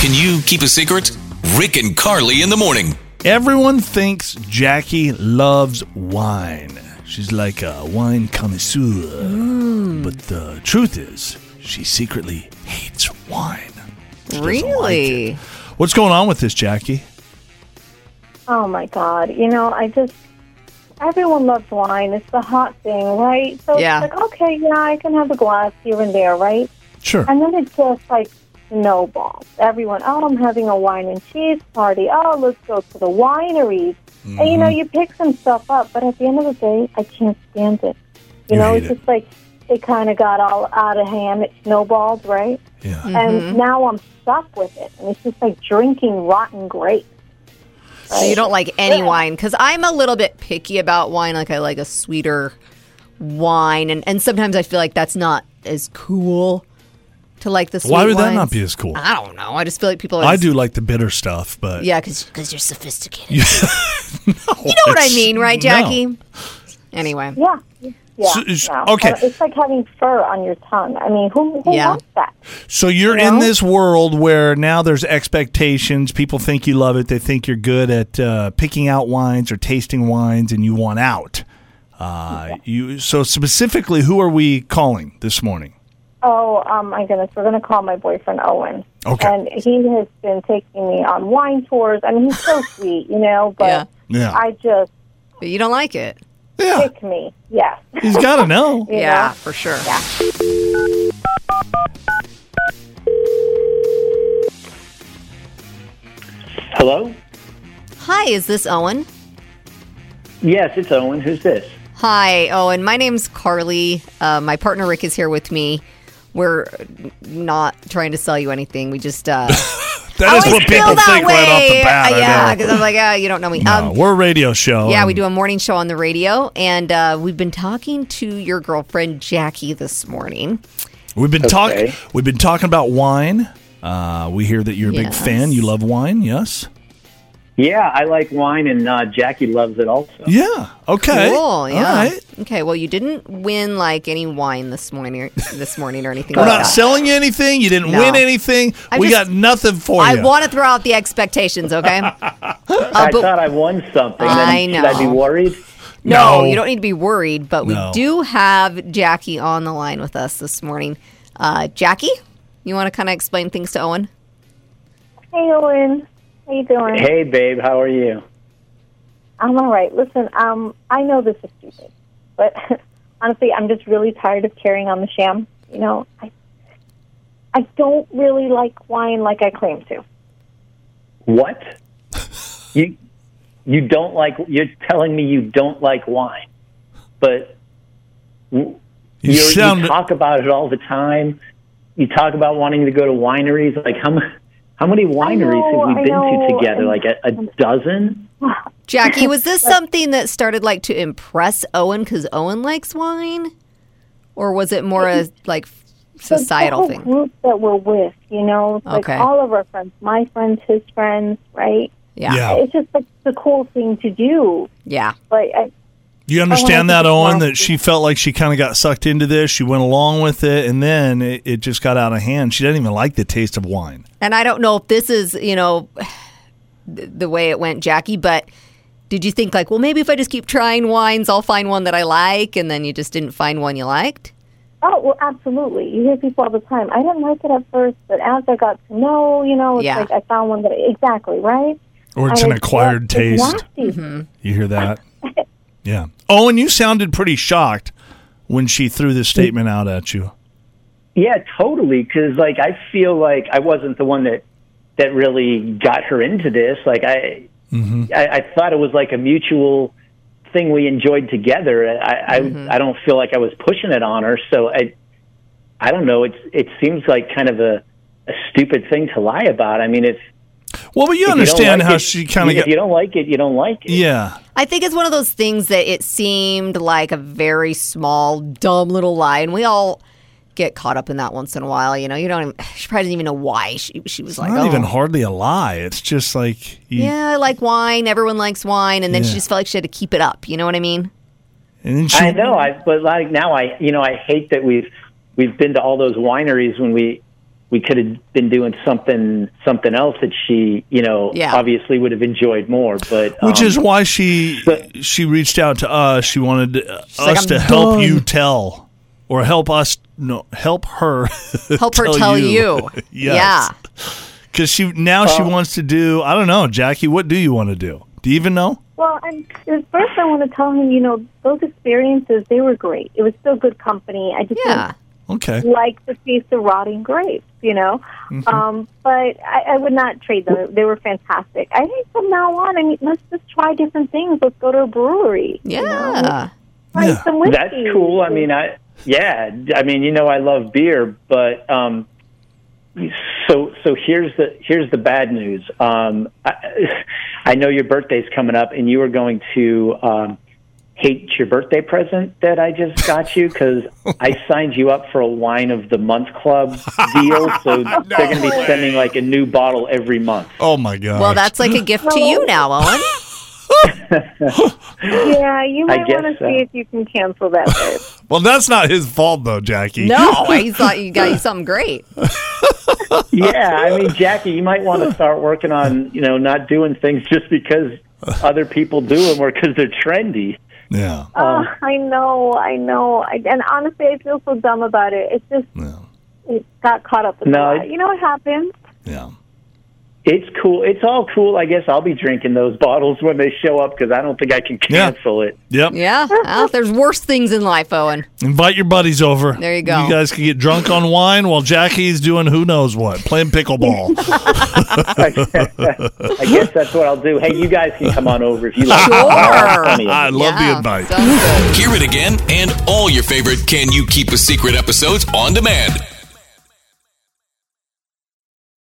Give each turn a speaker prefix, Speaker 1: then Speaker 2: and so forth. Speaker 1: Can you keep a secret? Rick and Carly in the morning.
Speaker 2: Everyone thinks Jackie loves wine. She's like a wine connoisseur.
Speaker 3: Mm.
Speaker 2: But the truth is, she secretly hates wine. She doesn't like
Speaker 3: Really?
Speaker 2: it. What's going on with this, Jackie?
Speaker 4: Oh my God. You know, I just, everyone loves wine. It's the hot thing, right? So
Speaker 3: Yeah.
Speaker 4: it's like, okay, yeah, I can have a glass here and there, right?
Speaker 2: Sure.
Speaker 4: And then it just like snowballs. Everyone, oh, I'm having a wine and cheese party. Oh, let's go to the wineries. And you know, you pick some stuff up, but at the end of the day, I can't stand it.
Speaker 2: You
Speaker 4: You, know,
Speaker 2: hate
Speaker 4: it's
Speaker 2: it.
Speaker 4: just like it kind of got all out of hand. It snowballed, right?
Speaker 2: Yeah.
Speaker 3: Mm.
Speaker 4: And now I'm stuck with it. And it's just like drinking rotten grapes.
Speaker 3: So you don't like any
Speaker 4: Yeah.
Speaker 3: wine because I'm a little bit picky about wine. Like I like a sweeter wine, and, and sometimes I feel like that's not as cool to like the. Sweet
Speaker 2: Why would that
Speaker 3: wines.
Speaker 2: not be as cool?
Speaker 3: I don't know. I just feel like people. Are
Speaker 2: I
Speaker 3: just-
Speaker 2: do like the bitter stuff, but
Speaker 3: Yeah, because you're sophisticated.
Speaker 2: you
Speaker 3: You know what I mean, right, Jackie?
Speaker 2: No.
Speaker 3: Anyway,
Speaker 4: Yeah. Yeah.
Speaker 2: So it's-
Speaker 4: no. Um,
Speaker 2: okay.
Speaker 4: It's like having fur on your tongue. I mean, who, who
Speaker 3: Yeah.
Speaker 4: wants that?
Speaker 2: So you're in
Speaker 4: know?
Speaker 2: this world where now there's expectations. People think you love it. They think you're good at uh, picking out wines or tasting wines, and you want out. Uh, You so specifically, who are we calling this morning?
Speaker 4: Oh, um, my goodness. We're going to call my boyfriend Owen.
Speaker 2: Okay.
Speaker 4: And he has been taking me on wine tours. I mean, he's so sweet, you know, but
Speaker 2: Yeah. Yeah.
Speaker 4: I just
Speaker 3: but you don't like it.
Speaker 2: Yeah,
Speaker 4: pick me. Yes.
Speaker 2: he's got to know.
Speaker 3: Yeah,
Speaker 4: Yeah.
Speaker 3: for sure.
Speaker 5: Hello?
Speaker 3: Hi, is this Owen?
Speaker 5: Yes, it's Owen. Who's this?
Speaker 3: Hi, Owen. My name's Carly. Uh, my partner Rick is here with me. We're not trying to sell you anything. We just uh,
Speaker 2: That is
Speaker 3: always
Speaker 2: what
Speaker 3: feel
Speaker 2: people
Speaker 3: that
Speaker 2: think
Speaker 3: way.
Speaker 2: right off the bat.
Speaker 3: Uh,
Speaker 2: I
Speaker 3: yeah,
Speaker 2: know.
Speaker 3: because I'm like, ah, you don't know me.
Speaker 2: No, um, we're a radio show.
Speaker 3: yeah,
Speaker 2: and
Speaker 3: we do a morning show on the radio, and uh, we've been talking to your girlfriend Jackie this morning.
Speaker 2: We've been
Speaker 5: Okay.
Speaker 2: talking. We've been talking about wine. Uh, we hear that you're a big
Speaker 3: Yes.
Speaker 2: fan. You love wine. Yes.
Speaker 5: Yeah, I like wine, and uh, Jackie loves it also.
Speaker 4: Uh,
Speaker 2: Yeah. Okay.
Speaker 3: Cool. Yeah.
Speaker 2: All right.
Speaker 3: Okay. Well, you didn't win like any wine this morning, or, this morning, or anything.
Speaker 2: We're
Speaker 3: like
Speaker 2: not
Speaker 3: that.
Speaker 2: selling you anything. You didn't
Speaker 3: uh, No.
Speaker 2: win anything.
Speaker 3: I
Speaker 2: we
Speaker 3: just-
Speaker 2: got nothing for
Speaker 3: I
Speaker 2: you.
Speaker 3: want to throw out the expectations. Okay. Uh,
Speaker 5: I
Speaker 3: but-
Speaker 5: thought I won something. Then
Speaker 3: I
Speaker 5: Should I be
Speaker 3: know.
Speaker 5: worried?
Speaker 3: No,
Speaker 2: No.
Speaker 3: you don't need to be worried, but
Speaker 2: No.
Speaker 3: we do have Jackie on the line with us this morning. Uh, Jackie, you want to kind of explain things to Owen?
Speaker 4: Hey, Owen. How you doing?
Speaker 5: Hey, babe, how are you?
Speaker 4: I'm all right. Listen, um, I know this is stupid, but honestly, I'm just really tired of carrying on the sham. You know, I I don't really like wine like I claim to.
Speaker 5: What? you you don't like? You're telling me you don't like wine, but w-
Speaker 2: You
Speaker 5: you're-
Speaker 2: sound-
Speaker 5: you talk about it all the time. You talk about wanting to go to wineries. Like how m- how many wineries
Speaker 4: know,
Speaker 5: have we
Speaker 4: I
Speaker 5: been
Speaker 4: know,
Speaker 5: to together?
Speaker 4: I-
Speaker 5: Like a, a dozen?
Speaker 3: Jackie, was this something that started like to impress Owen because Owen likes wine, or was it more a like
Speaker 4: The-
Speaker 3: societal
Speaker 4: the whole
Speaker 3: thing?
Speaker 4: group that we're with, you know, it's
Speaker 3: Okay.
Speaker 4: like all of our friends, my friends, his friends, right?
Speaker 3: Yeah, yeah.
Speaker 2: Yeah.
Speaker 4: It's just like the cool thing to do. Like, I,
Speaker 2: You understand
Speaker 4: I
Speaker 2: that,
Speaker 4: wanna
Speaker 2: Owen,
Speaker 4: keep
Speaker 2: that she felt like she kind of got sucked into this. She went along with it, and then it, it just got out of hand. She didn't even like the taste of wine.
Speaker 3: And I don't know if this is you know th- the way it went, Jackie, but. Did you think like, well, maybe if I just keep trying wines, I'll find one that I like, and then you just didn't find one you liked?
Speaker 4: Oh, well, absolutely. You hear people all the time. I didn't like it at first, but as I got to know, you know, it's
Speaker 3: Yeah.
Speaker 4: like I found one that exactly right.
Speaker 2: Or it's
Speaker 4: And
Speaker 2: an acquired
Speaker 4: just
Speaker 2: taste.
Speaker 4: nasty.
Speaker 3: Mm-hmm.
Speaker 2: You hear that? yeah. Owen, you sounded pretty shocked when she threw this statement out at you.
Speaker 5: Yeah, totally. Because like I feel like I wasn't the one that that really got her into this. Like I,
Speaker 2: Mm-hmm.
Speaker 5: I, I thought it was like a mutual thing we enjoyed together. I, I, I don't feel like I was pushing it on her. So I, I don't know. It's it seems like kind of a, a stupid thing to lie about. I mean, if,
Speaker 2: Well, but you
Speaker 5: if you don't
Speaker 2: understand
Speaker 5: like
Speaker 2: how
Speaker 5: it,
Speaker 2: she kind of
Speaker 5: if
Speaker 2: got.
Speaker 5: you don't like it, you don't like it.
Speaker 2: Yeah.
Speaker 3: I think it's one of those things that it seemed like a very small, dumb little lie, and we all get caught up in that once in a while. You know, you don't. Even, she probably didn't even know why she she was like,
Speaker 2: Not
Speaker 3: oh,
Speaker 2: even hardly a lie. It's just like. You,
Speaker 3: yeah, I like wine. Everyone likes wine, and then
Speaker 2: Yeah.
Speaker 3: she just felt like she had to keep it up. You know what I mean?
Speaker 2: And then she,
Speaker 5: I know, I but like now I you know I hate that we've we've been to all those wineries when we we could have been doing something something else that she, you know,
Speaker 3: Yeah.
Speaker 5: obviously would have enjoyed more. But
Speaker 2: Which
Speaker 5: um,
Speaker 2: is why she
Speaker 5: but-
Speaker 2: she reached out to us. She wanted uh, us
Speaker 3: like, "I'm
Speaker 2: to help
Speaker 3: done."
Speaker 2: you tell, or help us no help her
Speaker 3: Help her
Speaker 2: Tell
Speaker 3: tell
Speaker 2: you.
Speaker 3: you.
Speaker 2: Yes. because she now she
Speaker 3: Oh.
Speaker 2: wants to do. I don't know, Jackie. What do you want to do? Do you even know?
Speaker 4: Well, and first I want to tell him, you know, those experiences, they were great. It was still good company. I just
Speaker 3: Yeah. Yeah.
Speaker 2: Okay.
Speaker 4: didn't like the taste of rotting grapes, you know. Um, but I, I would not trade them. They were fantastic. I think from now on, I mean, let's just try different things. Let's go to a brewery. you know.
Speaker 3: Yeah.
Speaker 4: Try
Speaker 2: Yeah.
Speaker 4: some whiskey.
Speaker 5: That's cool. I mean, I yeah. I mean, you know, I love beer, but um, so so here's the here's the bad news. Um, I, I know your birthday's coming up, and you are going to um, hate your birthday present that I just got you because I signed you up for a wine of the month club deal. So they're going to be sending like a new bottle every month.
Speaker 2: Oh my god.
Speaker 3: Well, that's like a gift to you now, Owen.
Speaker 4: Yeah, you
Speaker 5: I
Speaker 4: might
Speaker 5: guess
Speaker 4: want to
Speaker 5: so.
Speaker 4: see if you can cancel that. babe.
Speaker 2: well, that's not his fault though, Jackie.
Speaker 3: No, he thought you got you something great.
Speaker 5: yeah, I mean, Jackie, you might want to start working on you know not doing things just because other people do them or because they're trendy.
Speaker 2: Yeah.
Speaker 4: oh,
Speaker 5: Um,
Speaker 4: I know, I know. I, and honestly, I feel so dumb about it. It's just
Speaker 2: Yeah.
Speaker 4: it got caught up in
Speaker 5: No,
Speaker 4: no,
Speaker 5: it-
Speaker 4: that. You know what happens?
Speaker 2: Yeah.
Speaker 5: It's cool. It's all cool. I guess I'll be drinking those bottles when they show up because I don't think I can
Speaker 2: Yeah.
Speaker 5: cancel it.
Speaker 2: Yep.
Speaker 3: Yeah. Well, there's worse things in life, Owen.
Speaker 2: Invite your buddies over.
Speaker 3: There you go.
Speaker 2: You guys can get drunk on wine while Jackie's doing who knows what, playing pickleball.
Speaker 5: I guess that's what I'll do. Hey, you guys can come on over if you like.
Speaker 3: Sure.
Speaker 2: I love the
Speaker 3: Yeah,
Speaker 2: advice.
Speaker 3: sounds good.
Speaker 1: Hear it again and all your favorite Can You Keep a Secret episodes on demand